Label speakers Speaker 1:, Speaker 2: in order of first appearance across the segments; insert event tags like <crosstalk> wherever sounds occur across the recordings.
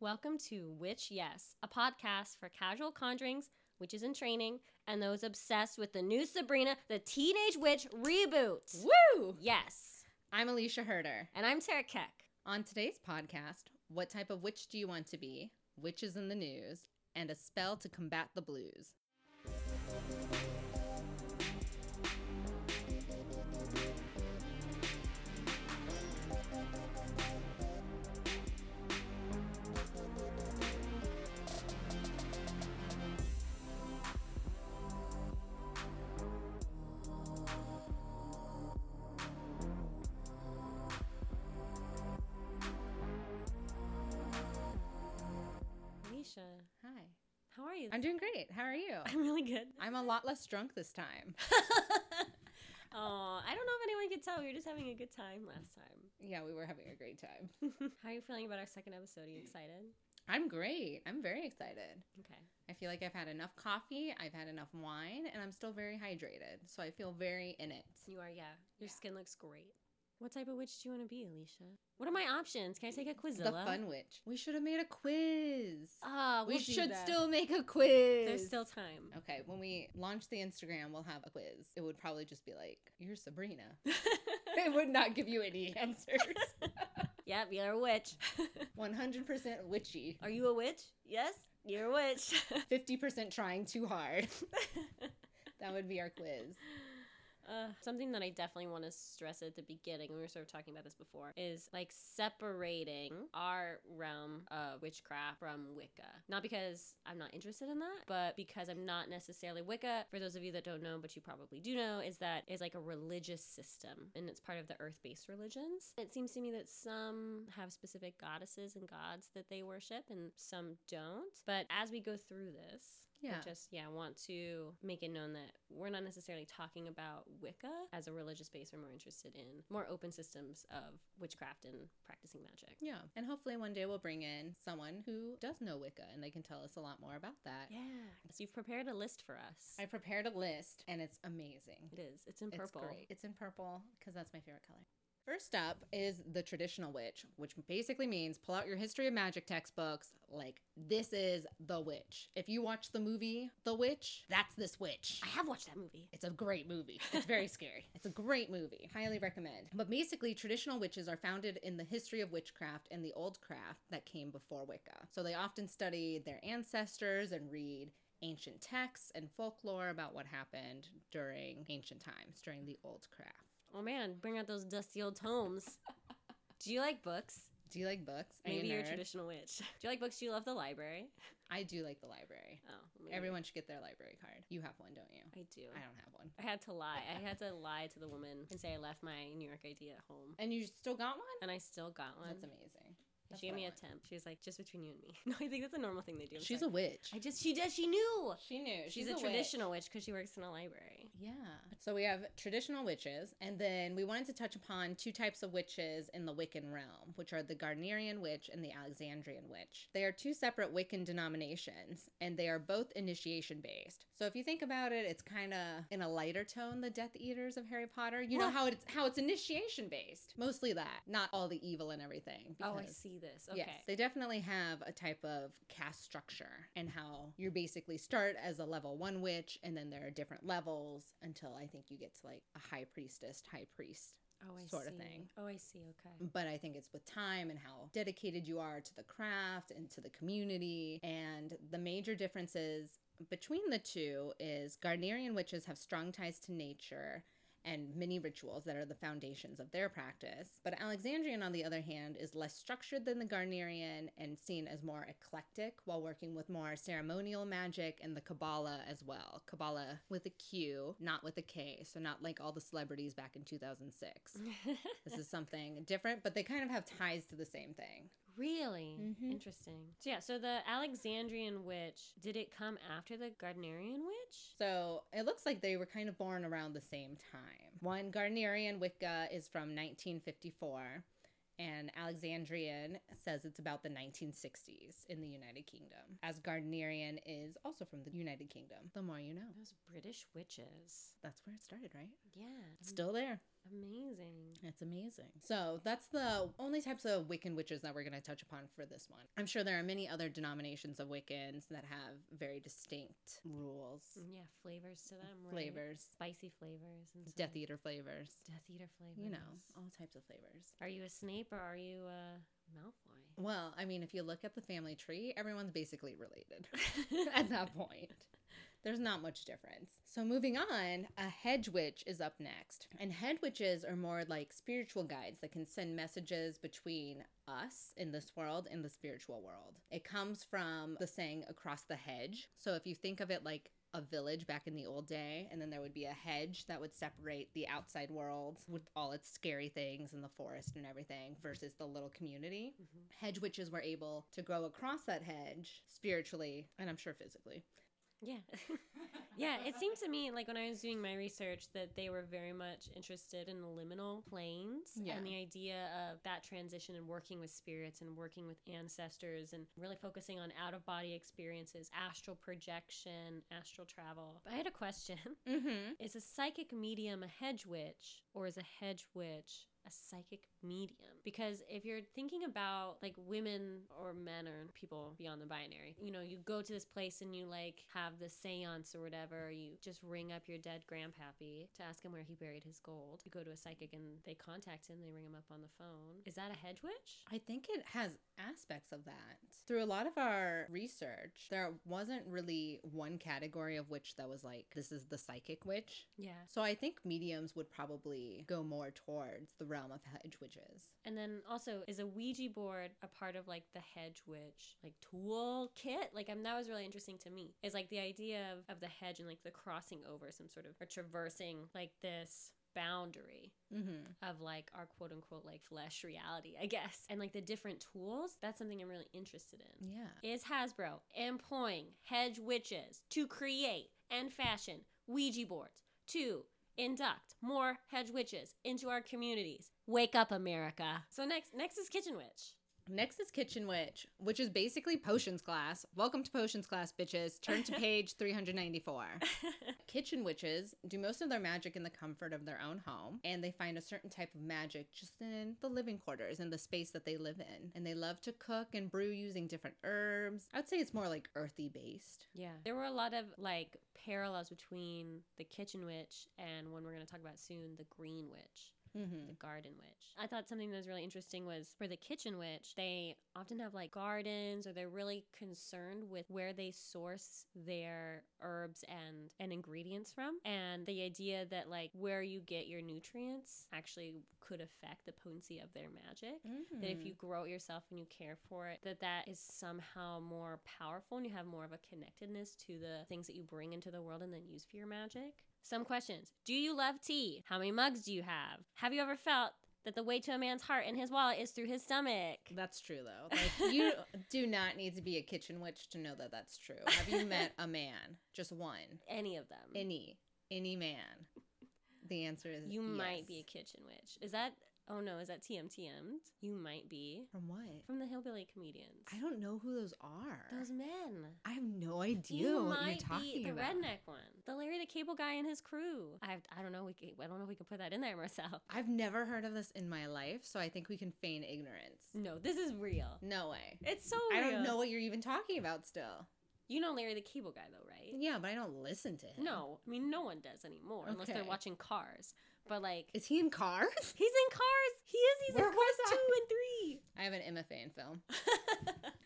Speaker 1: Welcome to Witch Yes, a podcast for casual conjurings, witches in training, and those obsessed with the new Sabrina the Teenage Witch reboot.
Speaker 2: Woo!
Speaker 1: Yes.
Speaker 2: I'm Alicia Herder.
Speaker 1: And I'm Tara Keck.
Speaker 2: On today's podcast, what type of witch do you want to be? Witches in the news, and a spell to combat the blues.
Speaker 1: Alicia,
Speaker 2: Hi.
Speaker 1: how are you?
Speaker 2: I'm doing great. How are you?
Speaker 1: <laughs> I'm really good. <laughs>
Speaker 2: I'm a lot less drunk this time.
Speaker 1: Oh, I don't know if anyone could tell. We were just having a good time last time. <laughs>
Speaker 2: yeah, we were having a great time.
Speaker 1: how are you feeling about our second episode? Are you excited?
Speaker 2: I'm great. I'm very excited.
Speaker 1: Okay.
Speaker 2: I feel like I've had enough coffee, I've had enough wine, and I'm still very hydrated. So I feel very in it.
Speaker 1: You are, yeah. Your
Speaker 2: Yeah.
Speaker 1: skin looks great. What type of witch do you want to be, Alicia? What are my options? Can I take a quizilla?
Speaker 2: The fun witch. We should have made a quiz.
Speaker 1: Ah,
Speaker 2: we
Speaker 1: we'll do
Speaker 2: should
Speaker 1: that.
Speaker 2: still make a quiz.
Speaker 1: There's still time.
Speaker 2: Okay, when we launch the Instagram, we'll have a quiz. It would probably just be like, "You're Sabrina." <laughs> it would not give you any answers.
Speaker 1: <laughs> yep, you're a witch.
Speaker 2: One hundred percent witchy.
Speaker 1: Are you a witch? Yes, you're a witch. <laughs>
Speaker 2: Fifty percent trying too hard. that would be our quiz.
Speaker 1: uh, something that I definitely want to stress at the beginning, and we were sort of talking about this before, is like separating our realm of witchcraft from Wicca. Not because I'm not interested in that, but because I'm not necessarily Wicca. For those of you that don't know, but you probably do know, is that it's like a religious system, and it's part of the earth-based religions. It seems to me that some have specific goddesses and gods that they worship, and some don't. But as we go through this, I
Speaker 2: Yeah.
Speaker 1: just yeah want to make it known that we're not necessarily talking about Wicca as a religious base. We're more interested in more open systems of witchcraft and practicing magic.
Speaker 2: Yeah, and hopefully one day we'll bring in someone who does know Wicca, and they can tell us a lot more about that.
Speaker 1: Yeah, so you've prepared a list for us.
Speaker 2: I prepared a list, and it's amazing.
Speaker 1: it is. It's in
Speaker 2: It's
Speaker 1: purple.
Speaker 2: great. It's in purple because that's my favorite color. First up is the traditional witch, which basically means pull out your history of magic textbooks. Like, this is the witch. If you watch the movie The Witch, that's this witch.
Speaker 1: I have watched that movie.
Speaker 2: It's a great movie. It's
Speaker 1: <laughs>
Speaker 2: very scary. It's a great movie. Highly recommend. But basically, traditional witches are founded in the history of witchcraft and the old craft that came before Wicca. So they often study their ancestors and read ancient texts and folklore about what happened during ancient times, during the old craft.
Speaker 1: Oh man, bring out those dusty old
Speaker 2: <laughs>
Speaker 1: tomes. Do you like books?
Speaker 2: Do you like books? Are you a
Speaker 1: Maybe you're a
Speaker 2: nerd?
Speaker 1: traditional witch. <laughs> Do you like books? Do you love the library?
Speaker 2: I do like the library.
Speaker 1: Oh, maybe.
Speaker 2: Everyone should get their library card. You have one, don't you?
Speaker 1: I do.
Speaker 2: I don't have one.
Speaker 1: I had to lie. I had to lie to the woman and say I left my New York ID at home.
Speaker 2: And you still got one?
Speaker 1: And I still got one.
Speaker 2: That's amazing. That's
Speaker 1: she gave
Speaker 2: what I
Speaker 1: me a
Speaker 2: want.
Speaker 1: temp. She was like, just between you and me. <laughs> No, I think that's a normal thing they do.
Speaker 2: She's a witch.
Speaker 1: I just, she does, she knew.
Speaker 2: She knew.
Speaker 1: She's, a,
Speaker 2: witch.
Speaker 1: traditional witch because she works in a library.
Speaker 2: Yeah. So we have traditional witches, and then we wanted to touch upon two types of witches in the Wiccan realm, which are the Gardnerian witch and the Alexandrian witch. They are two separate Wiccan denominations, and they are both initiation based. So if you think about it, it's kind of in a lighter tone, the Death Eaters of Harry Potter. You know
Speaker 1: What?
Speaker 2: how it's how it's initiation based, mostly that, not all the evil and everything.
Speaker 1: Oh, I
Speaker 2: because-
Speaker 1: see this. Okay.
Speaker 2: Yes, they definitely have a type of caste structure and how you basically start as a level one witch, and then there are different levels until I think you get to like a high priestess, high priest.
Speaker 1: oh, I
Speaker 2: sort
Speaker 1: see.
Speaker 2: of thing.
Speaker 1: Oh, I see. Okay.
Speaker 2: But I think it's with time and how dedicated you are to the craft and to the community. And the major differences between the two is Gardnerian witches have strong ties to nature and many rituals that are the foundations of their practice. But Alexandrian, on the other hand, is less structured than the Gardnerian and seen as more eclectic while working with more ceremonial magic and the Kabbalah as well. Kabbalah with a Q, not with a K, so not like all the celebrities back in 2006. this is something different, but they kind of have ties to the same thing.
Speaker 1: <laughs> Really?
Speaker 2: Mm-hmm.
Speaker 1: Interesting. So, yeah, so the Alexandrian witch, did it come after the Gardnerian witch?
Speaker 2: So it looks like they were kind of born around the same time. One Gardnerian Wicca is from 1954, and Alexandrian says it's about the 1960s in the United Kingdom, as Gardnerian is also from the United Kingdom. The more you know.
Speaker 1: Those British witches.
Speaker 2: That's where it started, right?
Speaker 1: Yeah.
Speaker 2: Still there.
Speaker 1: Amazing.
Speaker 2: It's amazing. So that's the only types of Wiccan witches that we're going to touch upon for this one. I'm sure there are many other denominations of Wiccans that have very distinct rules,
Speaker 1: Yeah, flavors to them. Right?
Speaker 2: flavors,
Speaker 1: Spicy flavors and stuff.
Speaker 2: Death Eater flavors,
Speaker 1: Death Eater flavors.
Speaker 2: you know, all types of flavors.
Speaker 1: Are you a Snape or are you a Malfoy?
Speaker 2: Well, I mean, if you look at the family tree, everyone's basically related <laughs> <laughs> at that point. There's not much difference. So moving on, a hedge witch is up next. And hedge witches are more like spiritual guides that can send messages between us in this world and the spiritual world. It comes from the saying across the hedge. So if you think of it like a village back in the old day, and then there would be a hedge that would separate the outside world with all its scary things and the forest and everything versus the little community
Speaker 1: Mhm.
Speaker 2: hedge witches were able to grow across that hedge spiritually and I'm sure physically.
Speaker 1: Yeah. <laughs> yeah, it seemed to me like when I was doing my research that they were very much interested in the liminal planes
Speaker 2: Yeah.
Speaker 1: and the idea of that transition and working with spirits and working with ancestors and really focusing on out of body experiences, astral projection, astral travel. But I had a question.
Speaker 2: Mm-hmm.
Speaker 1: Is a psychic medium a hedge witch or is a hedge witch a psychic medium? Because if you're thinking about like women or men or people beyond the binary, you know, you go to this place and you like have the seance or whatever, you just ring up your dead grandpappy to ask him where he buried his gold. You go to a psychic and they contact him, they ring him up on the phone. Is that a hedge witch?
Speaker 2: I think it has aspects of that. Through a lot of our research, there wasn't really one category of witch that was like, this is the psychic witch.
Speaker 1: Yeah.
Speaker 2: So I think mediums would probably go more towards the realm of hedge witches.
Speaker 1: And then also, is a Ouija board a part of like the hedge witch like tool kit? Like, um, that was really interesting to me. Is like the idea of, of the hedge and like the crossing over some sort of or traversing like this boundary
Speaker 2: Mm-hmm.
Speaker 1: of like our quote unquote like flesh reality, I guess. And like the different tools, that's something I'm really interested in.
Speaker 2: Yeah.
Speaker 1: Is Hasbro employing hedge witches to create and fashion Ouija boards to induct more hedge witches into our communities? Wake up, America! So next, next is Kitchen Witch.
Speaker 2: Next is Kitchen Witch, which is basically potions class. Welcome to potions class, bitches. Turn to page 394. Kitchen witches do most of their magic in the comfort of their own home, and they find a certain type of magic just in the living quarters and the space that they live in. And they love to cook and brew using different herbs. I'd say it's more like earthy based.
Speaker 1: yeah, there were a lot of like parallels between the Kitchen Witch and one we're going to talk about soon, the Green Witch.
Speaker 2: Mm-hmm.
Speaker 1: the garden witch. I thought something that was really interesting was for the kitchen witch, they often have like gardens or they're really concerned with where they source their herbs and and ingredients from and the idea that like where you get your nutrients actually could affect the potency of their magic that
Speaker 2: Mm.
Speaker 1: if you grow it yourself and you care for it that that is somehow more powerful and you have more of a connectedness to the things that you bring into the world and then use for your magic some questions do you love tea how many mugs do you have have you ever felt that the way to a man's heart and his wallet is through his stomach
Speaker 2: Mm. That's true, though. Like, you do not need to be a kitchen witch to know that that's true. Have you met a man? Just one.
Speaker 1: any of them
Speaker 2: Any. Any man. The answer is
Speaker 1: you might
Speaker 2: yes.
Speaker 1: be a kitchen witch is that oh no is that tmtm you might be
Speaker 2: From what?
Speaker 1: from the hillbilly comedians
Speaker 2: I don't know who those are.
Speaker 1: those men
Speaker 2: I have no idea
Speaker 1: You
Speaker 2: what
Speaker 1: might
Speaker 2: you're talking
Speaker 1: be the
Speaker 2: about.
Speaker 1: redneck one, the Larry the Cable Guy and his crew. I I don't know. We could, I don't know if we can put that in there, <laughs> Marcel.
Speaker 2: I've never heard of this in my life, so I think we can feign ignorance.
Speaker 1: No, this is real.
Speaker 2: No way.
Speaker 1: It's so.
Speaker 2: I
Speaker 1: Real.
Speaker 2: don't know what you're even talking about still.
Speaker 1: You know Larry the Cable Guy though, right?
Speaker 2: Yeah, but I don't listen to him.
Speaker 1: No, I mean no one does anymore unless they're
Speaker 2: Okay.
Speaker 1: watching Cars. But like
Speaker 2: Is he in cars? <laughs>
Speaker 1: he's in Cars. He is. He's
Speaker 2: Where
Speaker 1: in
Speaker 2: was
Speaker 1: Cars
Speaker 2: I?
Speaker 1: two and three.
Speaker 2: I have an MFA
Speaker 1: <laughs>
Speaker 2: in film,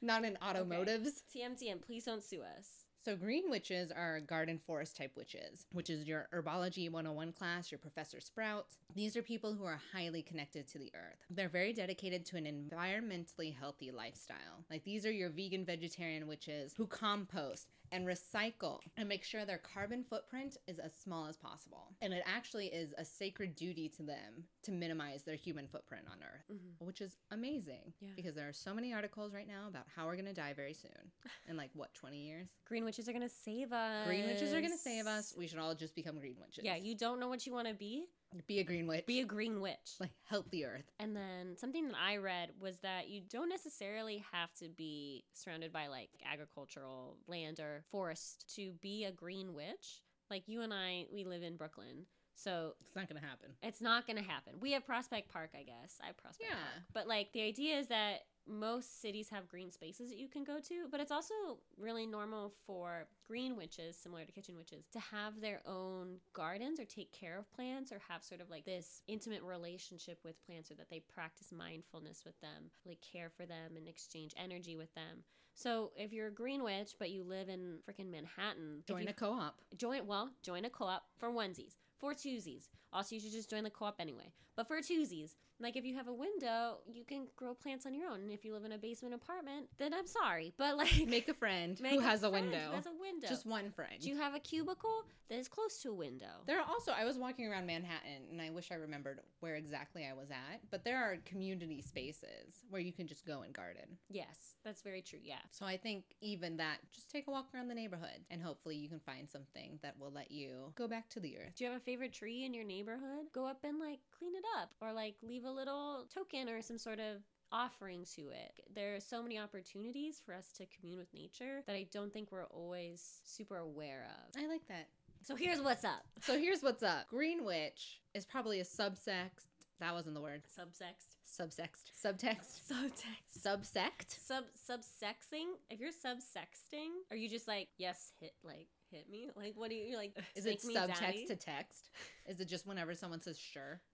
Speaker 2: not in automotives.
Speaker 1: TMTM, please don't sue us.
Speaker 2: So, green witches are garden forest type witches, which is your herbology 101 class, your Professor Sprout. These are people who are highly connected to the earth. They're very dedicated to an environmentally healthy lifestyle. Like, these are your vegan, vegetarian witches who compost and recycle and make sure their carbon footprint is as small as possible. And it actually is a sacred duty to them to minimize their human footprint on earth
Speaker 1: Mhm.
Speaker 2: which is amazing
Speaker 1: Yeah.
Speaker 2: because there are so many articles right now about how we're going to die very soon in like what 20 years
Speaker 1: Green witches are gonna save us.
Speaker 2: green witches are going to save us we should all just become green witches
Speaker 1: Yeah, you don't know what you want to be.
Speaker 2: be a green witch
Speaker 1: Be a green witch.
Speaker 2: like help the earth
Speaker 1: And then something that I read was that you don't necessarily have to be surrounded by like agricultural land or forest to be a green witch. Like you and I, we live in Brooklyn. So
Speaker 2: It's not going to happen.
Speaker 1: it's not going to happen. We have Prospect Park, I guess. I have Prospect
Speaker 2: Yeah.
Speaker 1: Park. But like the idea is that most cities have green spaces that you can go to, but it's also really normal for green witches, similar to kitchen witches, to have their own gardens or take care of plants or have sort of like this intimate relationship with plants or that they practice mindfulness with them, like care for them and exchange energy with them. So if you're a green witch but you live in freaking Manhattan, if
Speaker 2: Join
Speaker 1: you
Speaker 2: a
Speaker 1: <laughs>
Speaker 2: co op.
Speaker 1: join well join a co-op for onesies for twosies also you should just join the co-op anyway but for twosies like if you have a window you can grow plants on your own and if you live in a basement apartment then i'm sorry but like
Speaker 2: <laughs> Make a friend
Speaker 1: <laughs> make
Speaker 2: who has a
Speaker 1: friend
Speaker 2: window.
Speaker 1: who has a window
Speaker 2: Just one friend.
Speaker 1: do you have a cubicle that is close to a window
Speaker 2: There are also, I was walking around Manhattan and I wish I remembered where exactly I was at, but there are community spaces where you can just go and garden.
Speaker 1: yes that's very true yeah
Speaker 2: So I think even that, just take a walk around the neighborhood and hopefully you can find something that will let you go back to the earth.
Speaker 1: do you have a favorite tree in your neighborhood go up and like clean it up or like leave a little token or some sort of offering to it there are so many opportunities for us to commune with nature that i don't think we're always super aware of
Speaker 2: I like that.
Speaker 1: So here's what's up.
Speaker 2: So here's what's up Green Witch is probably a subsect. That wasn't the word.
Speaker 1: Subsext.
Speaker 2: Subsext. Subtext.
Speaker 1: <laughs> Subtext.
Speaker 2: Subsect.
Speaker 1: Sub subsexting. If you're subsexting, are you just like yes, hit like hit me? <laughs> Like what do you you're like?
Speaker 2: Is
Speaker 1: "Take
Speaker 2: it
Speaker 1: me,
Speaker 2: subtext
Speaker 1: daddy?"
Speaker 2: to text? Is it just whenever someone says sure?
Speaker 1: <laughs>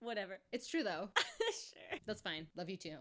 Speaker 1: Whatever. <laughs>
Speaker 2: It's true though.
Speaker 1: sure.
Speaker 2: That's fine. Love you too.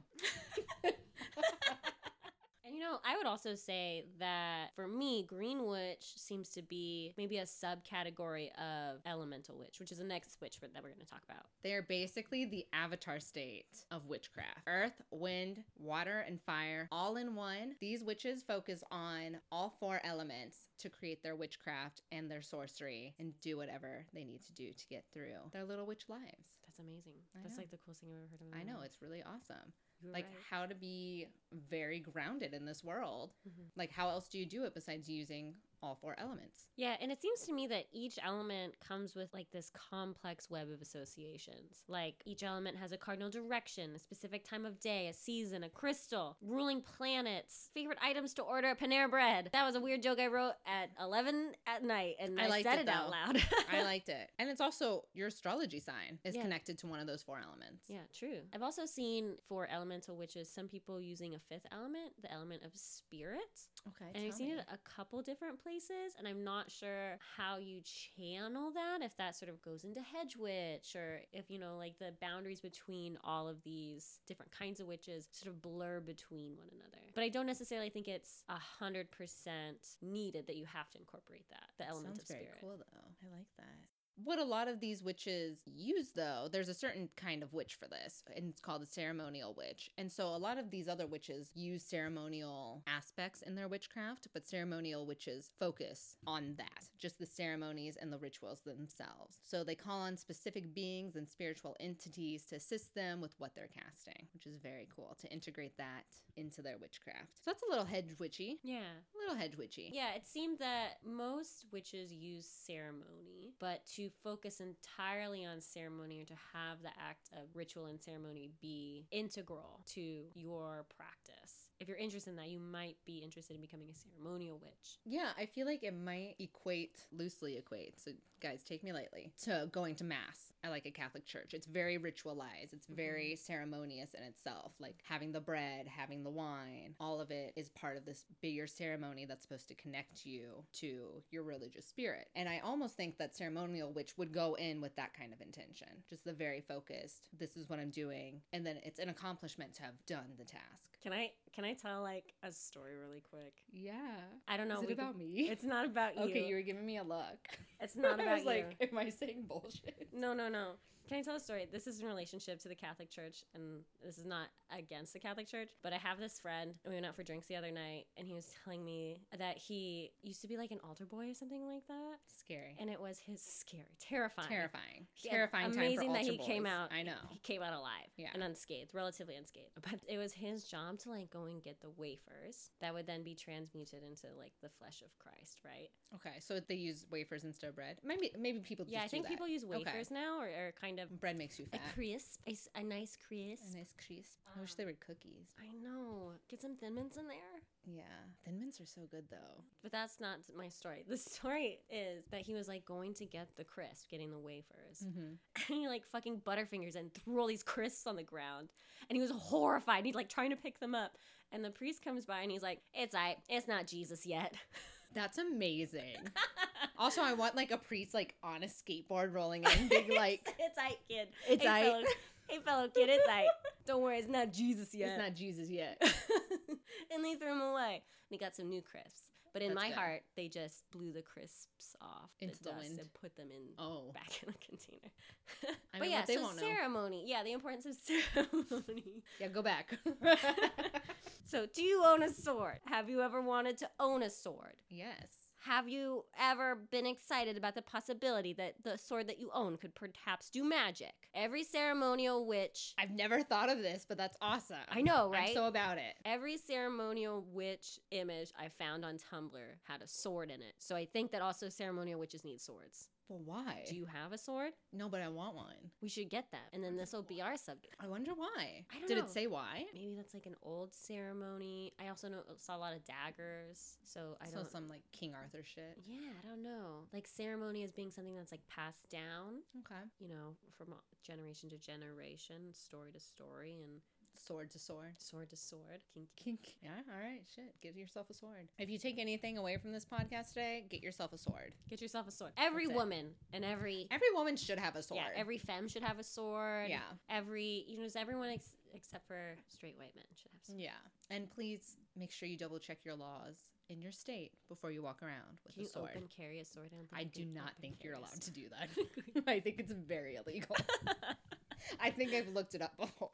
Speaker 1: And you know, I would also say that for me, Green Witch seems to be maybe a subcategory of Elemental Witch, which is the next witch that we're going to talk about.
Speaker 2: They are basically the avatar state of witchcraft earth, wind, water, and fire all in one. These witches focus on all four elements to create their witchcraft and their sorcery and do whatever they need to do to get through their little witch lives.
Speaker 1: That's amazing.
Speaker 2: I
Speaker 1: That's
Speaker 2: know.
Speaker 1: like the coolest thing I've ever heard of. in my
Speaker 2: I know,
Speaker 1: life.
Speaker 2: it's really awesome.
Speaker 1: You were
Speaker 2: Like,
Speaker 1: right.
Speaker 2: how to be very grounded in this world.
Speaker 1: Mhm.
Speaker 2: Like, how else do you do it besides using all four elements?
Speaker 1: <laughs> Yeah, and it seems to me that each element comes with like this complex web of associations. Like each element has a cardinal direction, a specific time of day, a season, a crystal, ruling planets, favorite items to order at Panera Bread. That was a weird joke I wrote at 11 at night and
Speaker 2: I
Speaker 1: I,
Speaker 2: liked
Speaker 1: said
Speaker 2: it,
Speaker 1: it, out
Speaker 2: though.
Speaker 1: loud. <laughs>
Speaker 2: I liked it. And it's also your astrology sign is
Speaker 1: Yeah.
Speaker 2: connected to one of those four elements.
Speaker 1: yeah, true. I've also seen for elemental witches some people using a fifth element, the element of spirit.
Speaker 2: Okay.
Speaker 1: and I've
Speaker 2: tell
Speaker 1: seen
Speaker 2: me.
Speaker 1: it a couple different places, and I'm not sure how you channel that. If that sort of goes into hedge witch, or if you know, like the boundaries between all of these different kinds of witches sort of blur between one another. But I don't necessarily think it's a hundred percent needed that you have to incorporate that the element
Speaker 2: Sounds
Speaker 1: of
Speaker 2: very
Speaker 1: spirit.
Speaker 2: cool though. I like that. What a lot of these witches use though, there's a certain kind of witch for this, and it's called a ceremonial witch. And so a lot of these other witches use ceremonial aspects in their witchcraft, but ceremonial witches focus on that, just the ceremonies and the rituals themselves. So they call on specific beings and spiritual entities to assist them with what they're casting, which is very cool to integrate that into their witchcraft. So that's a little hedge witchy.
Speaker 1: Yeah.
Speaker 2: A little hedge witchy.
Speaker 1: Yeah, it seemed that most witches use ceremony, but to focus entirely on ceremony or to have the act of ritual and ceremony be integral to your practice. If you're interested in that, you might be interested in becoming a ceremonial witch.
Speaker 2: Yeah, I feel like it might equate, loosely equate, so guys, take me lightly, to going to mass at like a Catholic church. It's very ritualized, it's very ceremonious in itself. Like having the bread, having the wine, all of it is part of this bigger ceremony that's supposed to connect you to your religious spirit. And I almost think that ceremonial witch would go in with that kind of intention, just the very focused, this is what I'm doing. And then it's an accomplishment to have done the task.
Speaker 1: Can I can I tell like a story really quick?
Speaker 2: Yeah.
Speaker 1: I don't know.
Speaker 2: is it
Speaker 1: we could-
Speaker 2: about me?
Speaker 1: <laughs> It's not about you.
Speaker 2: <laughs> Okay, you were giving me a look.
Speaker 1: it's <laughs> not about
Speaker 2: <laughs> I was
Speaker 1: you.
Speaker 2: like, am I saying bullshit?
Speaker 1: No, no, no. Can I tell a story? This is in relationship to the Catholic Church, and this is not against the Catholic Church, but I have this friend, and we went out for drinks the other night, and he was telling me that he used to be like an altar boy or something like that.
Speaker 2: Scary.
Speaker 1: And it was his scary, terrifying.
Speaker 2: terrifying.
Speaker 1: Yeah,
Speaker 2: terrifying time for
Speaker 1: amazing that
Speaker 2: altar
Speaker 1: he came
Speaker 2: boys.
Speaker 1: out-
Speaker 2: I know.
Speaker 1: He came out alive
Speaker 2: Yeah.
Speaker 1: <laughs> and unscathed, relatively unscathed. But it was his job to like going and get the wafers that would then be transmuted into like the flesh of Christ, right?
Speaker 2: Okay, so they use wafers instead of bread. Maybe maybe people.
Speaker 1: yeah, I
Speaker 2: just do
Speaker 1: think
Speaker 2: that.
Speaker 1: people use
Speaker 2: Okay.
Speaker 1: wafers now or, or kind of
Speaker 2: bread makes you
Speaker 1: a
Speaker 2: fat.
Speaker 1: crisp, a, s- a nice crisp.
Speaker 2: A nice crisp. I wish
Speaker 1: Um,
Speaker 2: they were cookies.
Speaker 1: I know. Get some Thin Mints in there.
Speaker 2: Yeah, thin mints are so good though.
Speaker 1: But that's not my story. The <laughs> story is that he was like going to get the crisp, getting the wafers.
Speaker 2: Mm-hmm.
Speaker 1: And <laughs> he like fucking butterfingers and threw all these crisps on the ground. And he was horrified. He's like trying to pick them up. And the priest comes by and he's like, It's I, it's not Jesus yet. <laughs>
Speaker 2: That's amazing. also, I want like a priest like on a skateboard rolling
Speaker 1: <laughs>
Speaker 2: in, big like
Speaker 1: it's I kid.
Speaker 2: it's
Speaker 1: hey,
Speaker 2: I.
Speaker 1: fellow, hey fellow kid, it's I. Don't worry, it's not Jesus yet.
Speaker 2: It's not Jesus yet.
Speaker 1: <laughs> and they threw him away. And he got some new crisps. But in
Speaker 2: That's
Speaker 1: my
Speaker 2: good.
Speaker 1: heart, they just blew the crisps off
Speaker 2: Into the
Speaker 1: dust
Speaker 2: wind.
Speaker 1: and put them in
Speaker 2: oh,
Speaker 1: back <laughs> in the container.
Speaker 2: I
Speaker 1: but
Speaker 2: mean,
Speaker 1: yeah,
Speaker 2: what they
Speaker 1: so
Speaker 2: won't know.
Speaker 1: ceremony. Yeah, the importance of <laughs> ceremony.
Speaker 2: yeah,
Speaker 1: <laughs>
Speaker 2: go back. <laughs>
Speaker 1: so, do you own a sword? Have you ever wanted to own a sword?
Speaker 2: yes.
Speaker 1: Have you ever been excited about the possibility that the sword that you own could perhaps do magic? Every ceremonial witch,
Speaker 2: I've never thought of this, but that's awesome.
Speaker 1: I know,
Speaker 2: I'm
Speaker 1: right?
Speaker 2: so about it.
Speaker 1: Every ceremonial witch image I found on Tumblr had a sword in it. So I think that also ceremonial witches need swords.
Speaker 2: Well, why?
Speaker 1: Do you have a sword?
Speaker 2: no, but I want one.
Speaker 1: We should get that. And then this will be our subject.
Speaker 2: I wonder why.
Speaker 1: I don't
Speaker 2: Did
Speaker 1: know.
Speaker 2: it say why?
Speaker 1: Maybe that's like an old ceremony. I also know, saw a lot of daggers. So I
Speaker 2: so
Speaker 1: don't.
Speaker 2: some like King Arthur shit.
Speaker 1: yeah, I don't know. Like ceremony as being something that's like passed down,
Speaker 2: Okay.
Speaker 1: you know, from generation to generation, story to story, and
Speaker 2: Sword to sword.
Speaker 1: sword to sword. Kinky.
Speaker 2: Kink. Yeah, all right, shit. Get yourself a sword. If you take anything away from this podcast today, get yourself a sword.
Speaker 1: Get yourself a sword. Every
Speaker 2: That's it.
Speaker 1: woman and every
Speaker 2: Every woman should have a sword.
Speaker 1: yeah, every femme should have a sword.
Speaker 2: Yeah.
Speaker 1: every you know, just everyone ex- except for straight white men should have swords.
Speaker 2: Yeah. And please make sure you double check your laws in your state before you walk around with
Speaker 1: Can
Speaker 2: a
Speaker 1: you
Speaker 2: sword.
Speaker 1: open carry a sword? don't think
Speaker 2: I
Speaker 1: you
Speaker 2: do
Speaker 1: can
Speaker 2: not
Speaker 1: open
Speaker 2: think
Speaker 1: carry
Speaker 2: you're
Speaker 1: a sword.
Speaker 2: allowed to do that.
Speaker 1: <laughs>
Speaker 2: <laughs> I think it's very illegal. <laughs> I think I've looked it up before.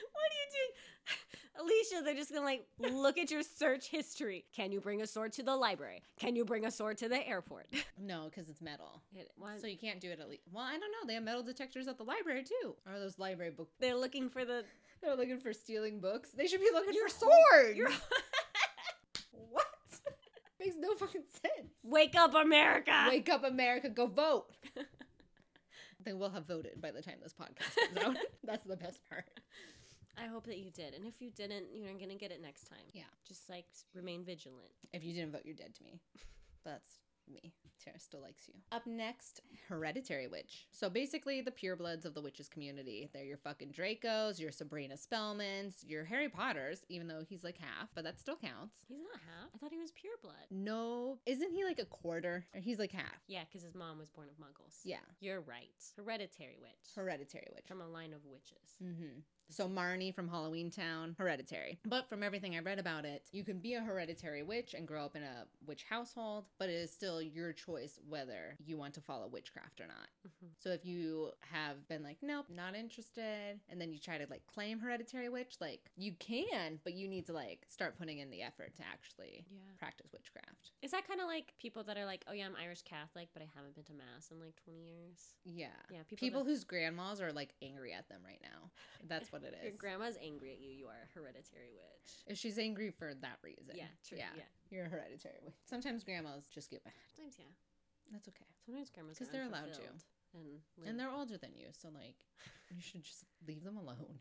Speaker 1: what are you doing? <laughs> Alicia, they're just gonna like look at your search history. Can you bring a sword to the library? Can you bring a sword to the
Speaker 2: <laughs>
Speaker 1: airport?
Speaker 2: No, because it's metal.
Speaker 1: It- why-
Speaker 2: So you can't do it at least. Well, I don't know. They have metal detectors at the library too. Or those library book.
Speaker 1: they're looking for
Speaker 2: <laughs>
Speaker 1: the
Speaker 2: They're looking for stealing books. They should be looking
Speaker 1: You're
Speaker 2: for
Speaker 1: hol-
Speaker 2: swords.
Speaker 1: you're-
Speaker 2: What? <laughs> Makes no fucking sense.
Speaker 1: <laughs> Wake up America.
Speaker 2: Wake up, America. Go vote. <laughs> they will have voted by the time this podcast <laughs> comes out. That's the best part.
Speaker 1: I hope that you did. And if you didn't, you're gonna get it next time.
Speaker 2: Yeah.
Speaker 1: Just like s- remain vigilant.
Speaker 2: If you didn't vote, you're dead to me. That's me. Tara still likes you. Up next, Hereditary Witch. So basically, the purebloods of the witches community. They're your fucking Dracos, your Sabrina Spellmans, your Harry Potters, even though he's like half, but that still counts.
Speaker 1: He's not half. I thought he was pure blood.
Speaker 2: No, isn't he like a quarter? Or he's like half.
Speaker 1: Yeah, because his mom was born of Muggles.
Speaker 2: Yeah,
Speaker 1: You're right. Hereditary witch.
Speaker 2: Hereditary Witch.
Speaker 1: from a line of witches.
Speaker 2: Mm-hmm. So Marnie from Halloween Town, hereditary. But from everything I read about it, you can be a hereditary witch and grow up in a witch household, but it is still your choice whether you want to follow witchcraft or not.
Speaker 1: Mhm.
Speaker 2: So if you have been like, nope, not interested, and then you try to like claim hereditary witch, like you can, but you need to like start putting in the effort to actually
Speaker 1: Yeah.
Speaker 2: practice witchcraft.
Speaker 1: Is that kind of like people that are like, oh yeah, I'm Irish Catholic, but I haven't been to mass in like 20 years?
Speaker 2: Yeah.
Speaker 1: Yeah, people.
Speaker 2: Uh, People
Speaker 1: that-
Speaker 2: whose grandmas are like angry at them right now. That's what it
Speaker 1: <laughs> your
Speaker 2: is.
Speaker 1: grandma's angry at you. You are a hereditary witch.
Speaker 2: if she's angry for that reason.
Speaker 1: Yeah, true. Yeah.
Speaker 2: You're a hereditary. witch. Sometimes grandmas just get mad.
Speaker 1: Sometimes, yeah.
Speaker 2: That's okay.
Speaker 1: Sometimes grandmas
Speaker 2: 'Cause
Speaker 1: are
Speaker 2: they're allowed to.
Speaker 1: unfulfilled And, live-
Speaker 2: And they're older than you, so like you should just leave them <laughs> alone.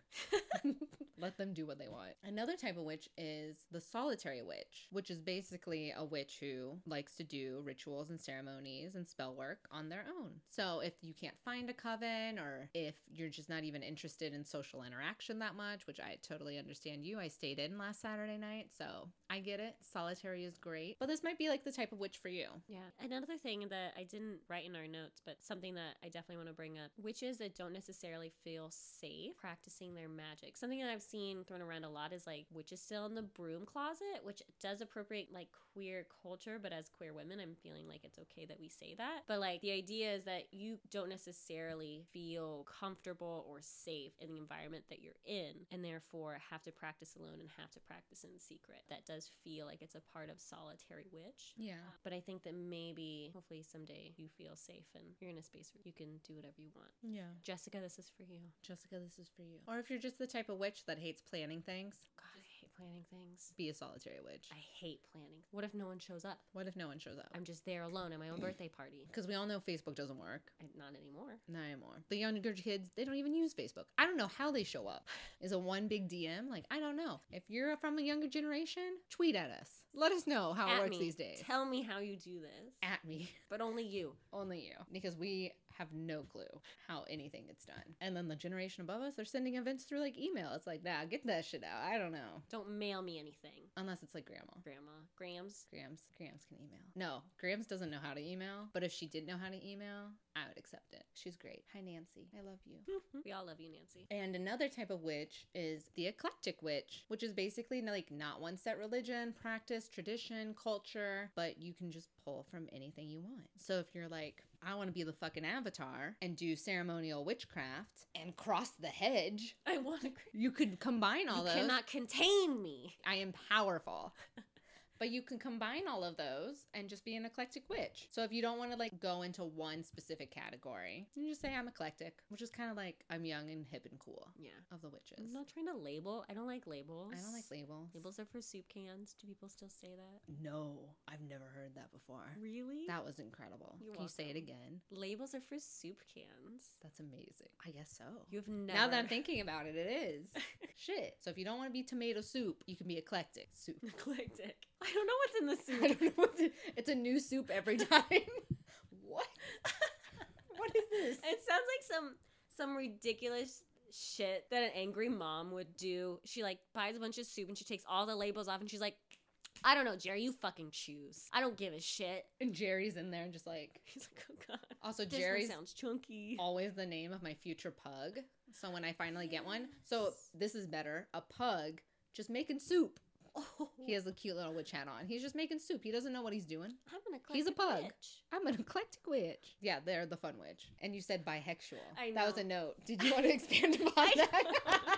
Speaker 2: Let them do what they want. Another type of witch is the solitary witch, which is basically a witch who likes to do rituals and ceremonies and spell work on their own. So if you can't find a coven or if you're just not even interested in social interaction that much, which I totally understand you, I stayed in last Saturday night, so I get it. Solitary is great. But this might be like the type of witch for you.
Speaker 1: Yeah. Another thing that I didn't write in our notes, but something that I definitely want to bring up witches that don't necessarily feel safe practicing their magic. Something that I've seen thrown around a lot is like witches still in the broom closet, which does appropriate like queer culture, but as queer women, I'm feeling like it's okay that we say that. But like the idea is that you don't necessarily feel comfortable or safe in the environment that you're in, and therefore have to practice alone and have to practice in secret. That does feel like it's a part of solitary witch.
Speaker 2: Yeah.
Speaker 1: But I think that maybe, hopefully, someday you feel safe and you're in a space where you can do whatever you want.
Speaker 2: Yeah.
Speaker 1: Jessica, this is for you.
Speaker 2: Jessica, this is for you. Or if you're just the type of witch that hates planning things,
Speaker 1: God, I planning things.
Speaker 2: Be a solitary witch.
Speaker 1: I hate planning. What if no one shows up?
Speaker 2: What if no one shows up?
Speaker 1: I'm just there alone at my own
Speaker 2: <clears throat>
Speaker 1: birthday party.
Speaker 2: Because we all know Facebook doesn't work.
Speaker 1: I- Not anymore.
Speaker 2: Not anymore. The younger kids, they don't even use Facebook. I don't know how they show up. Is it one big DM? Like, I don't know. If you're from a younger generation, tweet at us. Let us know how it
Speaker 1: At
Speaker 2: works
Speaker 1: me.
Speaker 2: these days.
Speaker 1: Tell me how you do this.
Speaker 2: <laughs> at me.
Speaker 1: but only you.
Speaker 2: Only you. Because we have no clue how anything gets done. And then the generation above us, they're sending events through like email. It's like, nah, get that shit out. I don't know.
Speaker 1: Don't mail me anything.
Speaker 2: Unless it's like grandma.
Speaker 1: Grandma. Grams.
Speaker 2: Grams. Grams can email. No, Grams doesn't know how to email, but if she did know how to email, I would accept it. She's great. Hi, Nancy. I love you.
Speaker 1: we all love you, Nancy. <laughs>
Speaker 2: And another type of witch is the eclectic witch, which is basically like not one set religion, practice, tradition, culture, but you can just pull from anything you want. So if you're like, I want to be the fucking avatar and do ceremonial witchcraft and cross the hedge,
Speaker 1: I want to.
Speaker 2: you could combine all
Speaker 1: You
Speaker 2: those.
Speaker 1: cannot contain me.
Speaker 2: I am powerful. But you can combine all of those and just be an eclectic witch. So if you don't want to like go into one specific category, you just say I'm eclectic, which is kind of like I'm young and hip and cool
Speaker 1: Yeah.
Speaker 2: of the witches.
Speaker 1: I'm not trying to label. I don't like labels.
Speaker 2: I don't like labels.
Speaker 1: labels. are for soup cans. Do people still say that?
Speaker 2: No, I've never heard that before.
Speaker 1: Really?
Speaker 2: That was incredible.
Speaker 1: You're
Speaker 2: can you say it
Speaker 1: welcome.
Speaker 2: again?
Speaker 1: labels are for soup cans.
Speaker 2: That's amazing. I guess so.
Speaker 1: You've never.
Speaker 2: Now
Speaker 1: <laughs>
Speaker 2: that I'm thinking about it, it is. Shit. So if you don't want to be tomato soup, you can be eclectic soup.
Speaker 1: eclectic. I don't know what's in
Speaker 2: <laughs> I
Speaker 1: the
Speaker 2: don't
Speaker 1: soup.
Speaker 2: know what's in, it's a new soup <laughs> every time. what? <laughs> what is this?
Speaker 1: It sounds like some some ridiculous shit that an angry mom would do. She like buys a bunch of soup and she takes all the labels off and she's like, I don't know, Jerry, you fucking choose. I don't give a shit. <laughs>
Speaker 2: And Jerry's in there just like
Speaker 1: He's like, oh god,
Speaker 2: also
Speaker 1: this
Speaker 2: Jerry's
Speaker 1: one sounds chunky.
Speaker 2: always the name of my future pug. So when I finally get one, so this is better. A pug just making soup.
Speaker 1: <laughs> Oh,
Speaker 2: He has a cute little witch hat on. He's just making soup. He doesn't know what he's doing.
Speaker 1: I'm an eclectic
Speaker 2: he's a pug.
Speaker 1: bitch.
Speaker 2: I'm an eclectic witch. Yeah, they're the fun witch. And you said bisexual.
Speaker 1: I
Speaker 2: That was
Speaker 1: know.
Speaker 2: a note. Did <laughs> you want to expand upon that? <laughs>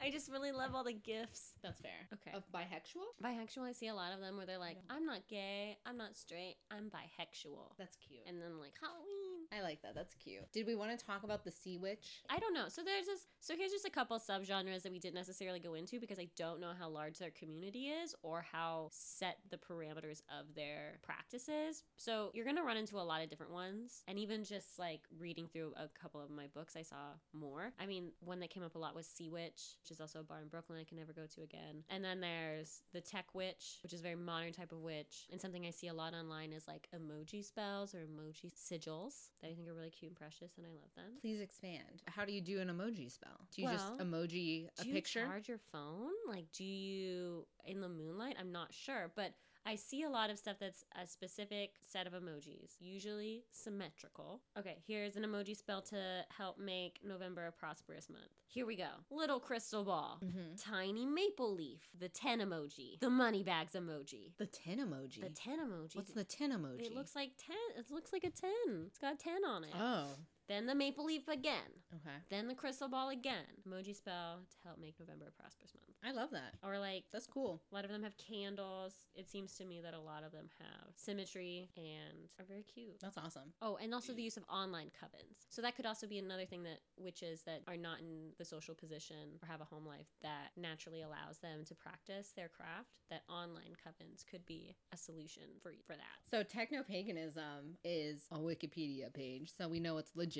Speaker 1: I just really love all the gifts.
Speaker 2: That's fair.
Speaker 1: Okay.
Speaker 2: Of bisexual?
Speaker 1: Bisexual, I see a lot of them where they're like, I'm not gay, I'm not straight, I'm bisexual.
Speaker 2: That's cute.
Speaker 1: And then like Halloween.
Speaker 2: I like that. That's cute. Did we want to talk about the sea witch?
Speaker 1: I don't know. So there's this. So here's just a couple subgenres that we didn't necessarily go into because I don't know how large their community is or how set the parameters of their practices. So you're gonna run into a lot of different ones, and even just like reading through a couple of my books, I saw more. I mean, one that came up a lot was Sea Witch, which is also a bar in Brooklyn I can never go to again. And then there's the Tech Witch, which is a very modern type of witch, and something I see a lot online is like emoji spells or emoji sigils that I think are really cute and precious, and I love them.
Speaker 2: Please expand. How do you do an emoji spell? Do you just
Speaker 1: Well,
Speaker 2: emoji a
Speaker 1: do
Speaker 2: picture?
Speaker 1: you charge your phone like do you in the moonlight i'm not sure but i see a lot of stuff that's a specific set of emojis usually symmetrical okay here's an emoji spell to help make november a prosperous month here we go little crystal ball
Speaker 2: hmm
Speaker 1: tiny maple leaf the 10 emoji the money bags emoji
Speaker 2: The tin emoji.
Speaker 1: the 10 emoji
Speaker 2: What's the tin emoji?
Speaker 1: it looks like 10 it looks like a 10 it's got 10 on it
Speaker 2: Oh,
Speaker 1: then the maple leaf again
Speaker 2: okay.
Speaker 1: then the crystal ball again. Emoji spell to help make November a prosperous month.
Speaker 2: I love that.
Speaker 1: Or like
Speaker 2: That's cool.
Speaker 1: a lot of them have candles. It seems to me that a lot of them have symmetry and are very cute.
Speaker 2: That's awesome.
Speaker 1: Oh, and also the use of online covens. So that could also be another thing that witches that are not in the social position or have a home life that naturally allows them to practice their craft. That online covens could be a solution for for that.
Speaker 2: So techno paganism is a Wikipedia page, so we know it's legit.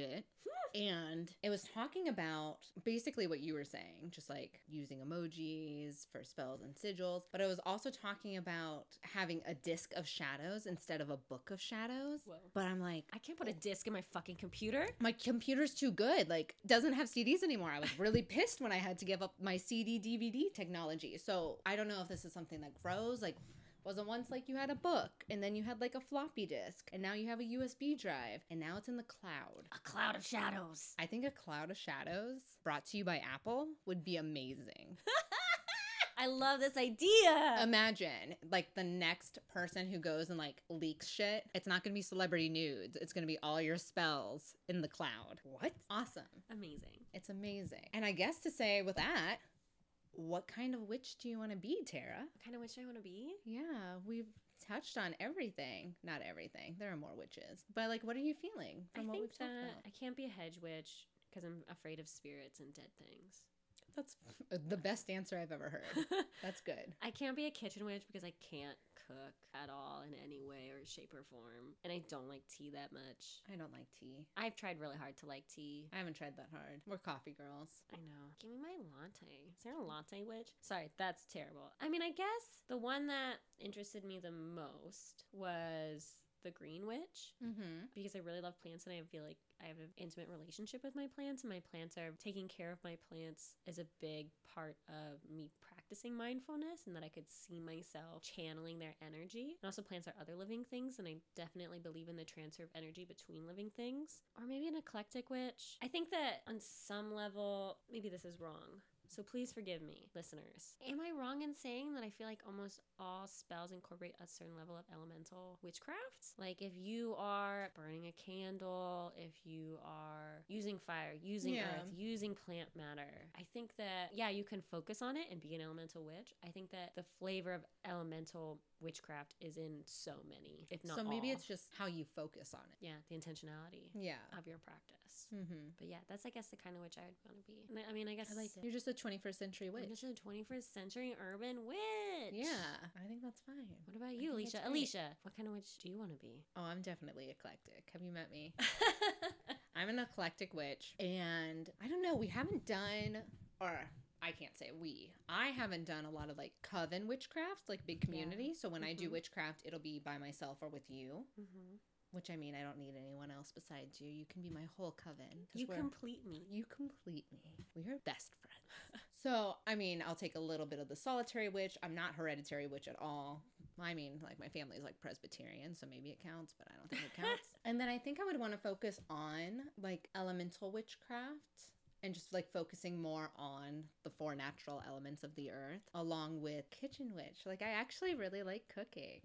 Speaker 2: and it was talking about basically what you were saying, just like using emojis for spells and sigils, but it was also talking about having a disc of shadows instead of a book of shadows.
Speaker 1: Whoa.
Speaker 2: But I'm like,
Speaker 1: I can't put a disc in my fucking computer.
Speaker 2: my computer's too good. Like, doesn't have CDs anymore. I was really pissed when I had to give up my CD DVD technology. So I don't know if this is something that grows. Like, wasn't once like you had a book, and then you had like a floppy disk, and now you have a USB drive, and now it's in the cloud.
Speaker 1: A cloud of
Speaker 2: <laughs>
Speaker 1: shadows.
Speaker 2: I think a cloud of shadows brought to you by Apple would be amazing.
Speaker 1: I love this idea.
Speaker 2: Um, Imagine like the next person who goes and like leaks shit. It's not gonna be celebrity nudes. It's gonna be all your spells in the cloud. What? Awesome.
Speaker 1: Amazing.
Speaker 2: It's amazing. And I guess to say with that, what kind of witch do you want to be, Tara?
Speaker 1: What kind of witch do I want to be?
Speaker 2: Yeah, we've touched on everything. Not everything. There are more witches. But like what are you feeling
Speaker 1: I
Speaker 2: from what
Speaker 1: think
Speaker 2: we've
Speaker 1: that
Speaker 2: talked about?
Speaker 1: I can't be a hedge witch because I'm afraid of spirits and dead things.
Speaker 2: That's <laughs> the best answer I've ever heard. <laughs> That's good.
Speaker 1: <laughs> I can't be a kitchen witch because I can't cook at all in any way or shape or form. And I don't like tea that much.
Speaker 2: I don't like tea.
Speaker 1: I've tried really hard to like tea.
Speaker 2: I haven't tried that hard. We're coffee girls.
Speaker 1: I know. Give me my latte. Is there a latte witch? Sorry, that's terrible. I mean, I guess the one that interested me the most was the green witch
Speaker 2: Mm-hmm.
Speaker 1: because I really love plants and I feel like I have an intimate relationship with my plants and my plants are taking care of my plants is a big part of me practicing mindfulness and that I could see myself channeling their energy. And also plants are other living things and I definitely believe in the transfer of energy between living things. Or maybe an eclectic witch. I think that on some level, maybe this is wrong. So please forgive me, listeners. Am I wrong in saying that I feel like almost all spells incorporate a certain level of elemental witchcraft? Like if you are burning a candle, if you are using fire, using
Speaker 2: Yeah.
Speaker 1: earth, using plant matter, I think that yeah, you can focus on it and be an elemental witch. I think that the flavor of elemental witchcraft is in so many, if not
Speaker 2: So maybe
Speaker 1: all.
Speaker 2: it's just Hmm. how you focus on it.
Speaker 1: yeah, the intentionality
Speaker 2: Yeah.
Speaker 1: of your practice.
Speaker 2: Mm-hmm.
Speaker 1: But yeah, that's I guess the kind of witch I would want to be. And I, I mean, I guess
Speaker 2: I like You're just a 21st century
Speaker 1: I'm
Speaker 2: witch.
Speaker 1: just a 21st century urban witch.
Speaker 2: Yeah, I think that's fine.
Speaker 1: What about you,
Speaker 2: think
Speaker 1: Alicia?
Speaker 2: that's great.
Speaker 1: Alicia, what kind of witch do you want to <laughs> be?
Speaker 2: Oh, I'm definitely eclectic. Have you met me? I'm an eclectic witch, and I don't know. We haven't done, or I can't say we. I haven't done a lot of like coven witchcraft, like big community. So when I do
Speaker 1: Mhm.
Speaker 2: witchcraft, it'll be by myself or with you.
Speaker 1: hmm
Speaker 2: Which I mean, I don't need anyone else besides you. You can be my whole coven. 'cause
Speaker 1: You
Speaker 2: we're-
Speaker 1: complete me.
Speaker 2: you complete me. We are best friends. <laughs> so, I mean, I'll take a little bit of the solitary witch. I'm not hereditary witch at all. I mean, like my family's like Presbyterian, so maybe it counts, but I don't think <laughs> it
Speaker 1: <laughs>
Speaker 2: counts. and then I think I would want to focus on like elemental witchcraft and just like focusing more on the four natural elements of the earth along with kitchen witch. Like I actually really like cooking.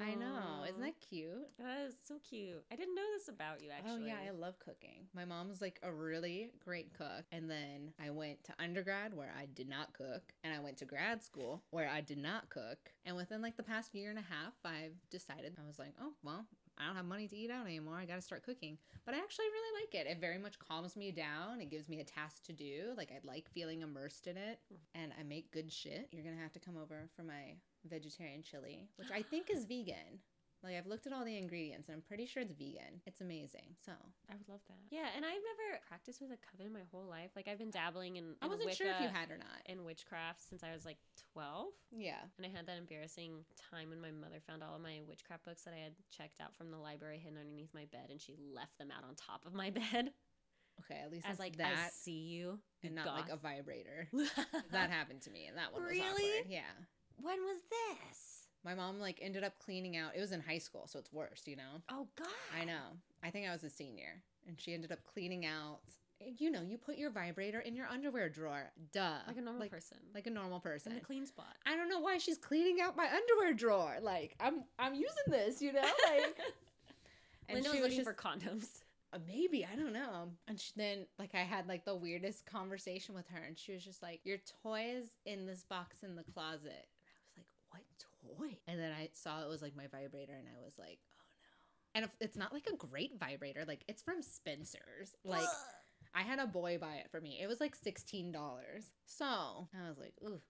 Speaker 2: I know. Isn't that cute?
Speaker 1: That is so cute. I didn't know this about you, actually.
Speaker 2: Oh yeah, I love cooking. My mom was like a really great cook, and then I went to undergrad where I did not cook, and I went to grad school where I did not cook. And within like the past year and a half, I've decided I was like, oh well, I don't have money to eat out anymore. I got to start cooking. But I actually really like it. It very much calms me down. It gives me a task to do. Like I like feeling immersed in it,
Speaker 1: Mm.
Speaker 2: and I make good shit. You're gonna have to come over for my vegetarian chili, which I think
Speaker 1: <gasps>
Speaker 2: is vegan. Like I've looked at all the ingredients and I'm pretty sure it's vegan. It's amazing. So
Speaker 1: I would love that. Yeah, and I've never practiced with a coven my whole life. Like I've been dabbling in, in
Speaker 2: I wasn't sure if you
Speaker 1: Wicca
Speaker 2: had or not.
Speaker 1: and witchcraft since I was like 12.
Speaker 2: Yeah.
Speaker 1: And I had that embarrassing time when my mother found all of my witchcraft books that I had checked out from the library hidden underneath my bed, and she left them out on top of my <laughs> bed
Speaker 2: Okay. At least
Speaker 1: as
Speaker 2: it's
Speaker 1: like I
Speaker 2: that
Speaker 1: see you, you
Speaker 2: and not like a
Speaker 1: goth." <laughs>
Speaker 2: vibrator. that happened to me, and that one was
Speaker 1: Really?
Speaker 2: awkward. Yeah.
Speaker 1: when was this?
Speaker 2: My mom like ended up cleaning out. It was in high school, so it's worse. You know.
Speaker 1: Oh God,
Speaker 2: I know. I think I was a senior, and she ended up cleaning out. You know, you put your vibrator in your underwear drawer. Duh.
Speaker 1: like a normal person, like
Speaker 2: Like a normal person.
Speaker 1: in the clean spot.
Speaker 2: I don't know why she's cleaning out my underwear drawer. Like I'm, I'm using this. You know,
Speaker 1: <laughs>
Speaker 2: like. And
Speaker 1: Linda
Speaker 2: she
Speaker 1: was
Speaker 2: was
Speaker 1: looking
Speaker 2: just
Speaker 1: for condoms.
Speaker 2: Uh, maybe I don't know. And she, then like I had like the weirdest conversation with her, and she was just like, "Your toys in this box in the closet." And I was like, "What toy?" And then I saw it was like my vibrator, and I was like, "Oh no!" And if, it's not like a great vibrator, like it's from Spencer's. <laughs>
Speaker 1: <gasps>
Speaker 2: Like I had a boy buy it for me. It was like sixteen dollars. So I was like, "Ooh."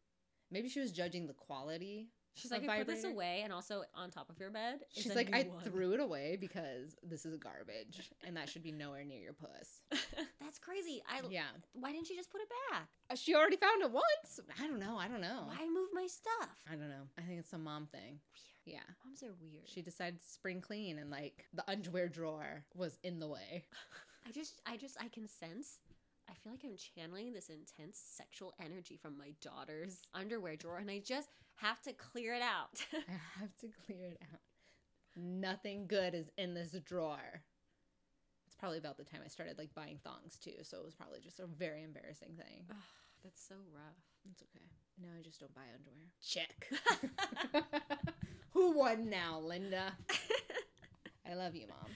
Speaker 2: Maybe she was judging the quality.
Speaker 1: she's
Speaker 2: a
Speaker 1: like, I put this
Speaker 2: vibrator?
Speaker 1: away, and also on top of your bed. is
Speaker 2: She's
Speaker 1: a
Speaker 2: like,
Speaker 1: new
Speaker 2: I
Speaker 1: one."
Speaker 2: threw it away because this is garbage, and that should be nowhere near your puss.
Speaker 1: That's crazy. I
Speaker 2: Yeah.
Speaker 1: why didn't you just put it back?
Speaker 2: Uh, She already found it once. I don't know. I don't know.
Speaker 1: Why move my stuff?
Speaker 2: Oh. I don't know. I think it's some mom thing.
Speaker 1: Weird.
Speaker 2: Yeah.
Speaker 1: Moms are weird.
Speaker 2: She decided to spring clean and like the underwear drawer was in the <laughs> way.
Speaker 1: I just, I just, I can sense. I feel like I'm channeling this intense sexual energy from my daughter's underwear drawer, and I just have to clear it out. <laughs>
Speaker 2: I have to clear it out. Nothing good is in this drawer. It's probably about the time I started like buying thongs too, so it was probably just a very embarrassing thing.
Speaker 1: Ugh, That's so rough.
Speaker 2: It's okay. Oh. Now I just don't buy underwear. <laughs> Check. Who won now, <laughs> Linda? I love you, mom.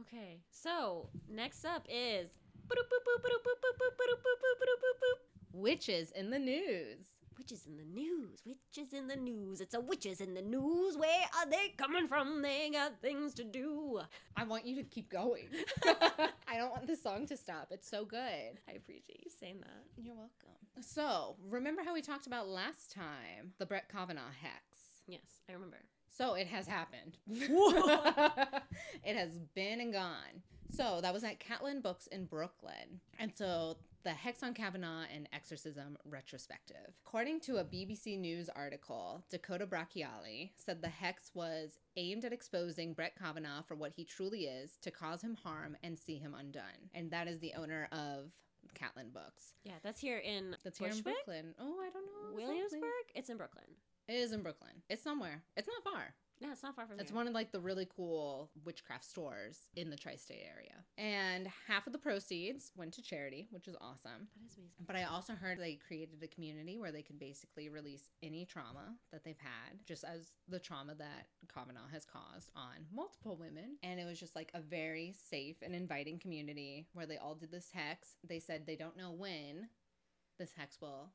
Speaker 1: Okay, so next up is. boop, boop, boop, boop, boop, boop, boop, boop, boop, boop, boop, boop, boop.
Speaker 2: Witches in the news.
Speaker 1: witches in the news, witches in the news. It's a witches in the news. Where are they coming from? They got things to do.
Speaker 2: I want you to keep <laughs> going. I don't want this song to stop. It's so good.
Speaker 1: I appreciate you saying that.
Speaker 2: You're welcome. So, remember how we talked about last time the Brett Kavanaugh hex?
Speaker 1: Yes, I remember.
Speaker 2: So it has happened.
Speaker 1: Whoa.
Speaker 2: <laughs> it has been and gone. So that was at Catlin Books in Brooklyn. And so the Hex on Kavanaugh and Exorcism retrospective. According to a BBC News article, Dakota Bracciali said the hex was aimed at exposing Brett Kavanaugh for what he truly is to cause him harm and see him undone. And that is the owner of Catlin Books.
Speaker 1: Yeah, that's here in
Speaker 2: That's here in
Speaker 1: Bushwick?
Speaker 2: Brooklyn. Oh, I don't know. exactly.
Speaker 1: Williamsburg. It's in Brooklyn.
Speaker 2: It is in Brooklyn. It's somewhere. It's not far.
Speaker 1: No, it's not far from
Speaker 2: It's
Speaker 1: here.
Speaker 2: one of like the really cool witchcraft stores in the tri-state area. And half of the proceeds went to charity, which is awesome.
Speaker 1: That is amazing.
Speaker 2: But I also heard they created a community where they could basically release any trauma that they've had, just as the trauma that Kavanaugh has caused on multiple women. And it was just like a very safe and inviting community where they all did this hex. They said they don't know when this hex will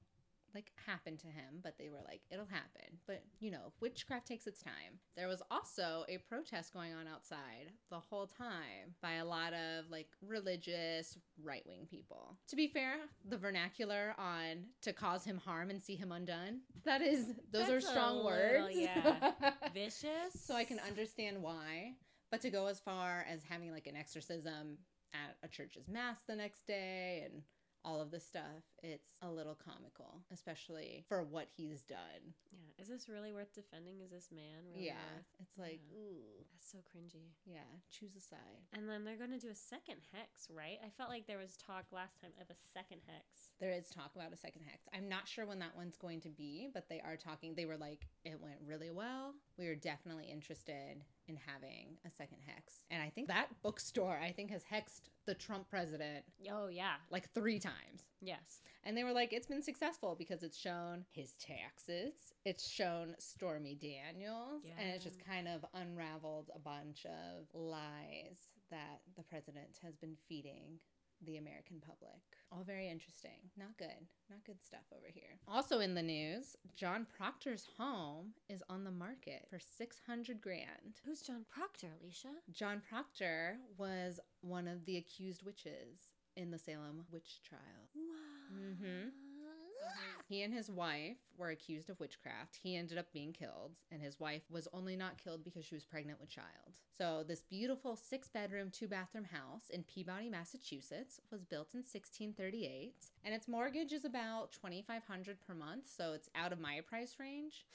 Speaker 2: like happen to him, but they were like, it'll happen. But you know, witchcraft takes its time. There was also a protest going on outside the whole time by a lot of like religious right wing people. To be fair, the vernacular on to cause him harm and see him undone, that is, those are
Speaker 1: That's a
Speaker 2: strong
Speaker 1: little-
Speaker 2: words. <laughs>
Speaker 1: yeah. Vicious.
Speaker 2: so I can understand why. But to go as far as having like an exorcism at a church's mass the next day and all of this stuff, it's a little comical, especially for what he's done.
Speaker 1: Yeah. Is this really worth defending? Is this man really?
Speaker 2: Yeah.
Speaker 1: worth-
Speaker 2: It's like,
Speaker 1: Yeah.
Speaker 2: ooh,
Speaker 1: That's so cringy.
Speaker 2: yeah, choose a side.
Speaker 1: And then they're going to do a second hex, right? I felt like there was talk last time of a second hex.
Speaker 2: There is talk about a second hex. I'm not sure when that one's going to be, but they are talking. They were like, it went really well. We are definitely interested in having a second hex. And I think that bookstore, I think, has hexed the Trump president
Speaker 1: Oh, yeah.
Speaker 2: like three times.
Speaker 1: Yes.
Speaker 2: And they were like, it's been successful because it's shown his taxes, it's shown Stormy Daniels, and it's just kind of unraveled a bunch of lies that the president has been feeding the American public. All very interesting. Not good. Not good stuff over here. Also in the news, John Proctor's home is on the market for 600 grand.
Speaker 1: Who's John Proctor, Alicia?
Speaker 2: John Proctor was one of the accused witches in the Salem witch trial.
Speaker 1: Wow.
Speaker 2: Mm-hmm. He and his wife were accused of witchcraft. He ended up being killed, and his wife was only not killed because she was pregnant with child. So, this beautiful six bedroom, two bathroom house in Peabody, Massachusetts was built in 1638, and its mortgage is about 2500 per month, so it's out of my price range.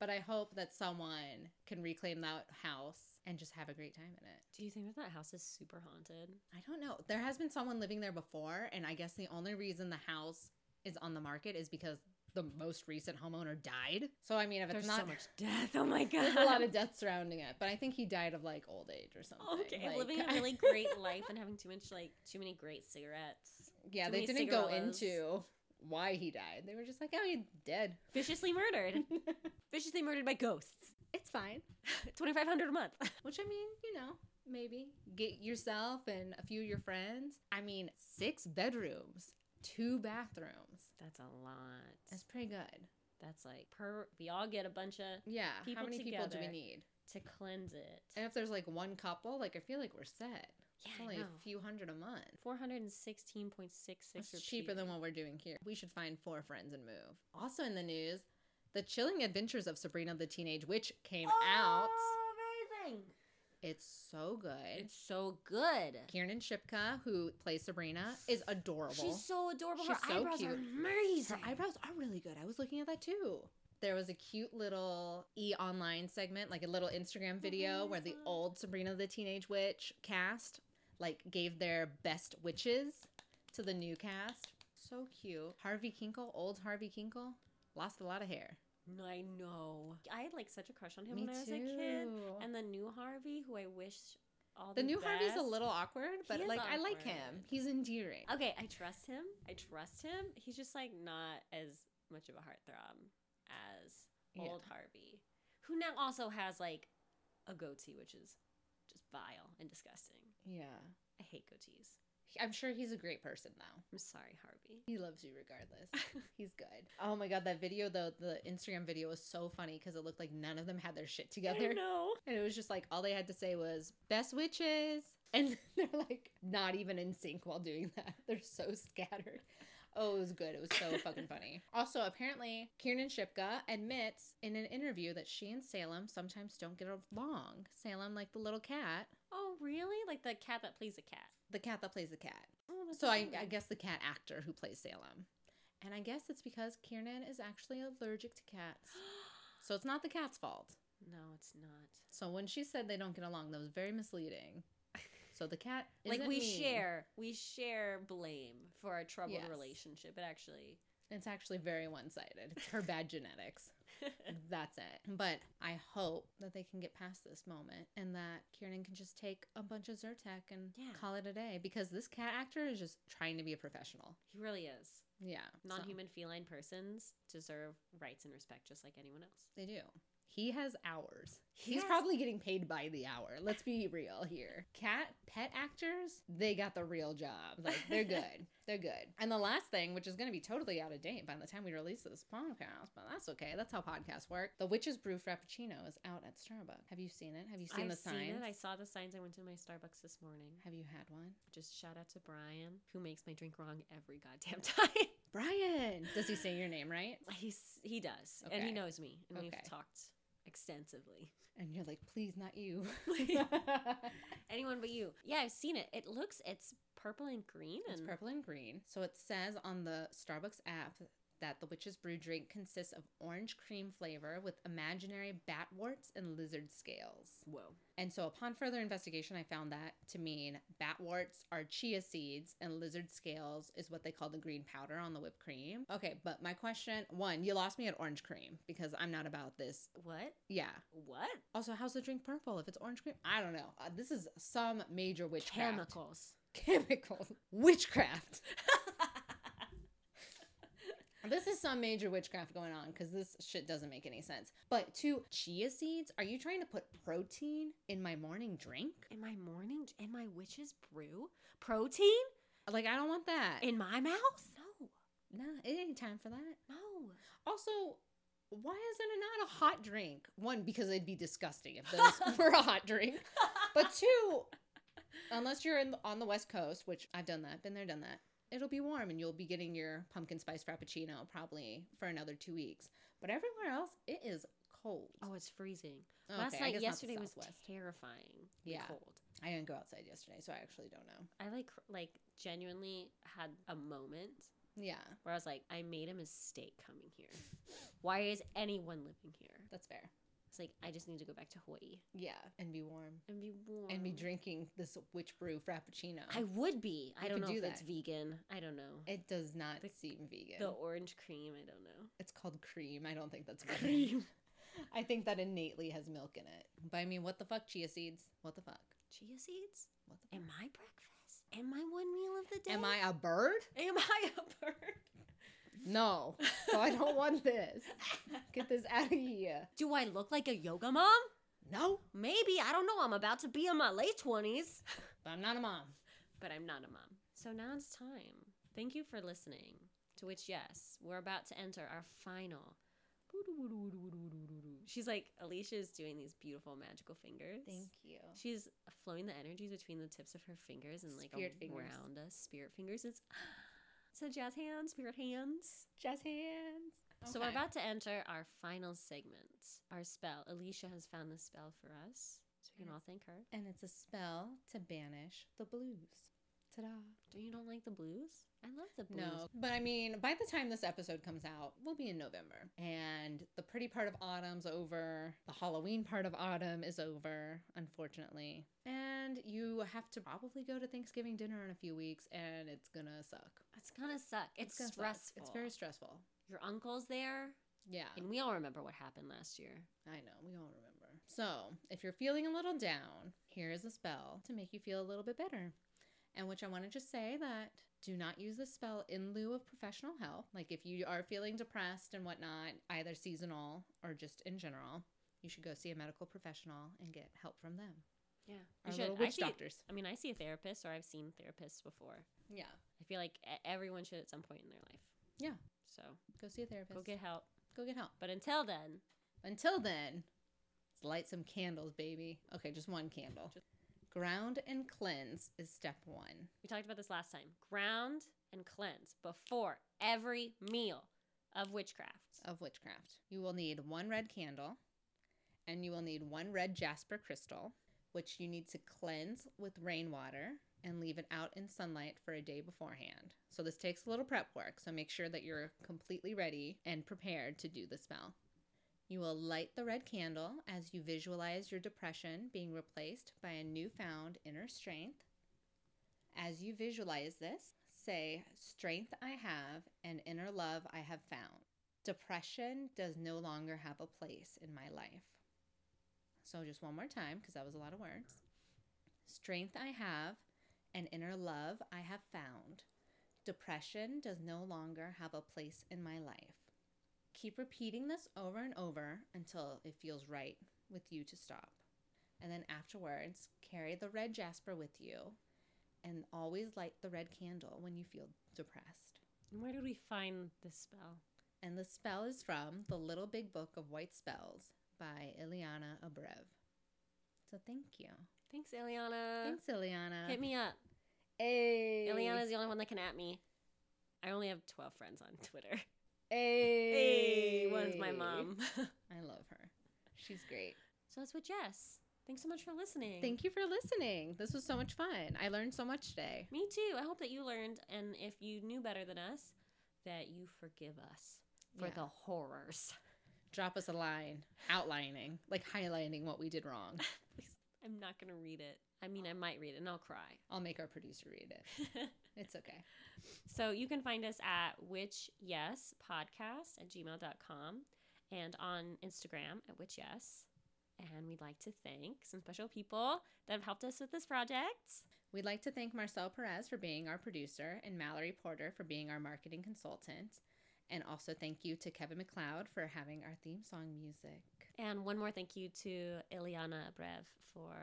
Speaker 2: But I hope that someone can reclaim that house and just have a great time in it.
Speaker 1: Do you think that that house is super haunted?
Speaker 2: I don't know. There has been someone living there before, and I guess the only reason the house is on the market is because the most recent homeowner died. So I mean, if it's
Speaker 1: There's
Speaker 2: not
Speaker 1: so much death. <laughs> Oh my god.
Speaker 2: there's a lot
Speaker 1: <laughs>
Speaker 2: of death surrounding it, but I think he died of like old age or something.
Speaker 1: Okay,
Speaker 2: Like,
Speaker 1: living
Speaker 2: <laughs>
Speaker 1: a really great life and having too much like too many great cigarettes.
Speaker 2: yeah,
Speaker 1: too
Speaker 2: they
Speaker 1: many
Speaker 2: didn't go
Speaker 1: cigarillos.
Speaker 2: into why he died. They were just like, oh, he's dead.
Speaker 1: Viciously
Speaker 2: <laughs>
Speaker 1: murdered. Viciously murdered by ghosts.
Speaker 2: It's fine.
Speaker 1: 2500 a month. <laughs>
Speaker 2: Which I mean, you know, maybe get yourself and a few of your friends. I mean, six bedrooms, two bathrooms.
Speaker 1: That's a lot.
Speaker 2: That's pretty good.
Speaker 1: That's like per we all get a bunch of
Speaker 2: Yeah.
Speaker 1: People
Speaker 2: how many people do
Speaker 1: together.
Speaker 2: we need?
Speaker 1: to cleanse it.
Speaker 2: And if there's like one couple, like I feel like we're set. It's
Speaker 1: yeah, I
Speaker 2: only
Speaker 1: know.
Speaker 2: a few hundred a month.
Speaker 1: 416.66
Speaker 2: It's
Speaker 1: repeat.
Speaker 2: cheaper than what we're doing here. We should find four friends and move. Also in the news, the chilling adventures of Sabrina the Teenage Witch came out.
Speaker 1: Oh, amazing.
Speaker 2: It's so good.
Speaker 1: It's so good.
Speaker 2: Kiernan Shipka, who plays Sabrina, is adorable.
Speaker 1: She's so adorable. Her
Speaker 2: She's so
Speaker 1: eyebrows are
Speaker 2: cute.
Speaker 1: amazing.
Speaker 2: Her eyebrows are really good. I was looking at that too. There was a cute little e online segment, like a little Instagram video
Speaker 1: Mhm,
Speaker 2: where
Speaker 1: I
Speaker 2: the
Speaker 1: saw it.
Speaker 2: old Sabrina the Teenage Witch cast like gave their best witches to the new cast. So cute. Harvey Kinkle, old Harvey Kinkle, lost a lot of hair.
Speaker 1: I know. I had like such a crush on him when I was a kid. And the new Harvey, who I wish all
Speaker 2: the
Speaker 1: the
Speaker 2: new Harvey's a
Speaker 1: best.
Speaker 2: little awkward, but
Speaker 1: is
Speaker 2: like I like him.
Speaker 1: awkward.
Speaker 2: He's endearing.
Speaker 1: Okay, I trust him. I trust him. He's just like not as much of a heartthrob as
Speaker 2: Yeah.
Speaker 1: old Harvey, who now also has like a goatee, which is just vile and disgusting.
Speaker 2: Yeah.
Speaker 1: I hate goatees.
Speaker 2: I'm sure he's a great person though.
Speaker 1: I'm sorry, Harvey.
Speaker 2: He loves you regardless. He's good. Oh my god, that video though, the Instagram video was so funny because it looked like none of them had their shit together.
Speaker 1: No.
Speaker 2: And it was just like all they had to say was best witches. And <laughs> they're like not even in sync while doing that. <laughs> They're so scattered. Oh, it was good. It was so fucking funny. Also, apparently, Kiernan Shipka admits in an interview that she and Salem sometimes don't get along. Salem, like the little cat,
Speaker 1: Oh, really? Like the cat that plays a cat.
Speaker 2: the cat that plays the cat.
Speaker 1: Oh, that's
Speaker 2: So I, I
Speaker 1: adorable.
Speaker 2: guess the cat actor who plays Salem. And I guess it's because Kiernan is actually allergic to
Speaker 1: <gasps>
Speaker 2: cats. So it's not the cat's fault.
Speaker 1: <gasps> no, it's not.
Speaker 2: So when she said they don't get along, that was very misleading. So the cat
Speaker 1: <laughs> like
Speaker 2: isn't
Speaker 1: we
Speaker 2: mean.
Speaker 1: share, we share blame for our troubled
Speaker 2: Yes.
Speaker 1: relationship. It actually.
Speaker 2: It's actually very one-sided. It's her
Speaker 1: <laughs>
Speaker 2: bad genetics. That's it. But I hope that they can get past this moment and that Kiernan can just take a bunch of Zyrtec and
Speaker 1: Yeah.
Speaker 2: call it a day because this cat actor is just trying to be a professional.
Speaker 1: he really is.
Speaker 2: Yeah. so
Speaker 1: Non-human feline persons deserve rights and respect just like anyone else.
Speaker 2: they do. He has hours.
Speaker 1: He
Speaker 2: He's
Speaker 1: has-
Speaker 2: probably getting paid by the hour. Let's be real here. Cat pet actors, they got the real job. Like
Speaker 1: <laughs>
Speaker 2: they're good. they're good. And the last thing, which is going to be totally out of date by the time we release this podcast, but that's okay. That's how podcasts work. The Witch's Brew Frappuccino is out at Starbucks. Have you seen it? Have you seen
Speaker 1: I've
Speaker 2: the signs?
Speaker 1: seen it. I saw the signs. I went to my Starbucks this morning.
Speaker 2: Have you had one?
Speaker 1: Just shout out to Brian, who makes my drink wrong every goddamn <laughs> time.
Speaker 2: Brian. Does he say your name right?
Speaker 1: He's he does, and he
Speaker 2: Okay.
Speaker 1: knows me, and
Speaker 2: Okay.
Speaker 1: we've talked
Speaker 2: <laughs>
Speaker 1: extensively. <laughs>
Speaker 2: And you're like, please, not you.
Speaker 1: Anyone but you. Yeah, I've seen it. It looks it's purple and green, and
Speaker 2: It's purple and green. So it says on the Starbucks app that the witch's brew drink consists of orange cream flavor with imaginary batworts and lizard scales.
Speaker 1: whoa,
Speaker 2: And so upon further investigation, I found that to mean batworts are chia seeds and lizard scales is what they call the green powder on the whipped cream. Okay, but my question one, you lost me at orange cream because I'm not about this.
Speaker 1: what,
Speaker 2: Yeah.
Speaker 1: what
Speaker 2: Also, how's the drink purple if it's orange cream? I don't know. Uh, this is some major witchcraft.
Speaker 1: chemicals?
Speaker 2: <laughs> Chemical. Witchcraft. This is some major witchcraft going on because this shit doesn't make any sense. But two chia seeds? Are you trying to put protein in my morning drink?
Speaker 1: in my morning, in my witch's brew, protein
Speaker 2: Like, I don't want that.
Speaker 1: in my mouth? No,
Speaker 2: nah, it ain't time for that.
Speaker 1: no.
Speaker 2: Also, why is it not a hot drink? One, because it'd be disgusting if those were a hot drink. But two, unless you're in on the West Coast, which I've done that, been there, done that, it'll be warm and you'll be getting your pumpkin spice frappuccino probably for another two weeks. But everywhere else, it is cold.
Speaker 1: <laughs> oh, it's freezing.
Speaker 2: Okay,
Speaker 1: Last
Speaker 2: I
Speaker 1: night,
Speaker 2: guess not the
Speaker 1: yesterday was
Speaker 2: Southwest.
Speaker 1: terrifying. Yeah,
Speaker 2: Yeah.
Speaker 1: cold.
Speaker 2: I didn't go outside yesterday, so I actually don't know.
Speaker 1: I like cr- like genuinely had a moment
Speaker 2: Yeah,
Speaker 1: where I was like, I made a mistake coming here. Why is anyone living here?
Speaker 2: that's fair.
Speaker 1: It's like I just need to go back to Hawaii
Speaker 2: Yeah, and be warm.
Speaker 1: and be warm
Speaker 2: And be drinking this witch brew frappuccino.
Speaker 1: Um, I would be. I
Speaker 2: You
Speaker 1: don't
Speaker 2: could
Speaker 1: know
Speaker 2: do
Speaker 1: if it's
Speaker 2: that.
Speaker 1: vegan. I don't know.
Speaker 2: it does not
Speaker 1: The-
Speaker 2: seem vegan.
Speaker 1: the orange cream. I don't
Speaker 2: <laughs>
Speaker 1: know.
Speaker 2: it's called cream. I don't think that's vegan. <laughs> I think that innately has milk in it. But I mean, what the fuck, chia seeds? What the fuck?
Speaker 1: Chia seeds
Speaker 2: What the
Speaker 1: in
Speaker 2: fuck?
Speaker 1: my breakfast. Am I one meal of the day?
Speaker 2: Am I a bird?
Speaker 1: Am I a bird?
Speaker 2: No. So I don't <laughs> want this. Get this out of here.
Speaker 1: Do I look like a yoga mom?
Speaker 2: No.
Speaker 1: Maybe I don't know. I'm about to be in my late twenties.
Speaker 2: But I'm not a mom.
Speaker 1: but I'm not a mom. So now it's time. Thank you for listening. To which, yes, we're about to enter our final. She's like, Alicia is doing these beautiful magical fingers.
Speaker 2: you.
Speaker 1: She's flowing the energies between the tips of her fingers and like
Speaker 2: Spirit fingers.
Speaker 1: around us. Spirit fingers. It's <gasps> so jazz hands, spirit hands.
Speaker 2: Just hands.
Speaker 1: So we're about to enter our final segment. Our spell. Alicia has found the spell for us. So we can all thank her.
Speaker 2: And it's a spell to banish the blues. Ta da.
Speaker 1: Do you don't like the blues? I love the blues.
Speaker 2: No. But I mean, by the time this episode comes out, we'll be in November. And the pretty part of autumn's over. The Halloween part of autumn is over, unfortunately. And you have to probably go to Thanksgiving dinner in a few weeks, and it's gonna suck.
Speaker 1: It's gonna suck. It's,
Speaker 2: gonna suck.
Speaker 1: stressful.
Speaker 2: It's very stressful.
Speaker 1: Your uncle's there,
Speaker 2: Yeah.
Speaker 1: and we all remember what happened last year.
Speaker 2: I know, we all remember. So, if you're feeling a little down, here is a spell to make you feel a little bit better. And which I want to just say that do not use this spell in lieu of professional help. Like, if you are feeling depressed and whatnot, either seasonal or just in general, you should go see a medical professional and get help from them.
Speaker 1: Yeah.
Speaker 2: our
Speaker 1: You
Speaker 2: little
Speaker 1: should. I
Speaker 2: witch
Speaker 1: see,
Speaker 2: doctors.
Speaker 1: I mean, I see a therapist or I've seen therapists before.
Speaker 2: Yeah,
Speaker 1: I feel like e- everyone should at some point in their life.
Speaker 2: Yeah.
Speaker 1: So
Speaker 2: go see a therapist.
Speaker 1: go get help.
Speaker 2: go get help.
Speaker 1: But until then,
Speaker 2: Until then, let's light some candles, baby. Okay, just one candle. Ground and cleanse is step one.
Speaker 1: we talked about this last time. Ground and cleanse before every meal of witchcraft.
Speaker 2: of witchcraft. You will need one red candle and you will need one red jasper crystal, which you need to cleanse with rainwater and leave it out in sunlight for a day beforehand. So, this takes a little prep work, so make sure that you're completely ready and prepared to do the spell. You will light the red candle as you visualize your depression being replaced by a newfound inner strength. As you visualize this, say, Strength I have and inner love I have found. Depression does no longer have a place in my life. So, just one more time, because that was a lot of words. Strength I have and inner love I have found. Depression does no longer have a place in my life. Keep repeating this over and over until it feels right with you to stop. And then afterwards, carry the red jasper with you and always light the red candle when you feel depressed.
Speaker 1: And where did we find this spell?
Speaker 2: And the spell is from The Little Big Book of White Spells by Ileana Abrev. So thank you.
Speaker 1: Thanks, Ileana.
Speaker 2: Thanks, Ileana.
Speaker 1: Uh, Hit me up.
Speaker 2: Hey.
Speaker 1: Ileana's the only one that can at me. I only have 12 friends on Twitter.
Speaker 2: Hey.
Speaker 1: <laughs> Hey, <laughs> one's my mom. so
Speaker 2: I love her. She's great.
Speaker 1: that's what Jess. Thanks so much for listening.
Speaker 2: Thank you for listening. This was so much fun. I learned so much today.
Speaker 1: Me too. I hope that you learned, and if you knew better than us, that you forgive us for
Speaker 2: Yeah.
Speaker 1: the horrors. <laughs>
Speaker 2: Drop us a line outlining, like highlighting what we did wrong.
Speaker 1: I'm not going to read it. I mean, I might read it and I'll cry.
Speaker 2: I'll make our producer read it. It's okay.
Speaker 1: so you can find us at whichyespodcast at gmail.com and on Instagram at whichyes. And we'd like to thank some special people that have helped us with this project.
Speaker 2: We'd like to thank Marcel Perez for being our producer and Mallory Porter for being our marketing consultant. And also thank you to Kevin McLeod for having our theme song music.
Speaker 1: And one more thank you to Ileana Abrev for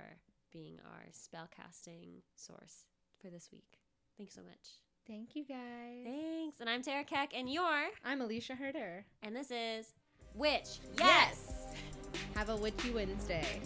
Speaker 1: being our spellcasting source for this week. Thanks so much.
Speaker 2: Thank you guys.
Speaker 1: Thanks. And I'm Tara Keck, and you're,
Speaker 2: I'm Alicia Herder.
Speaker 1: and this is Witch.
Speaker 2: Yes! Have a witchy Wednesday.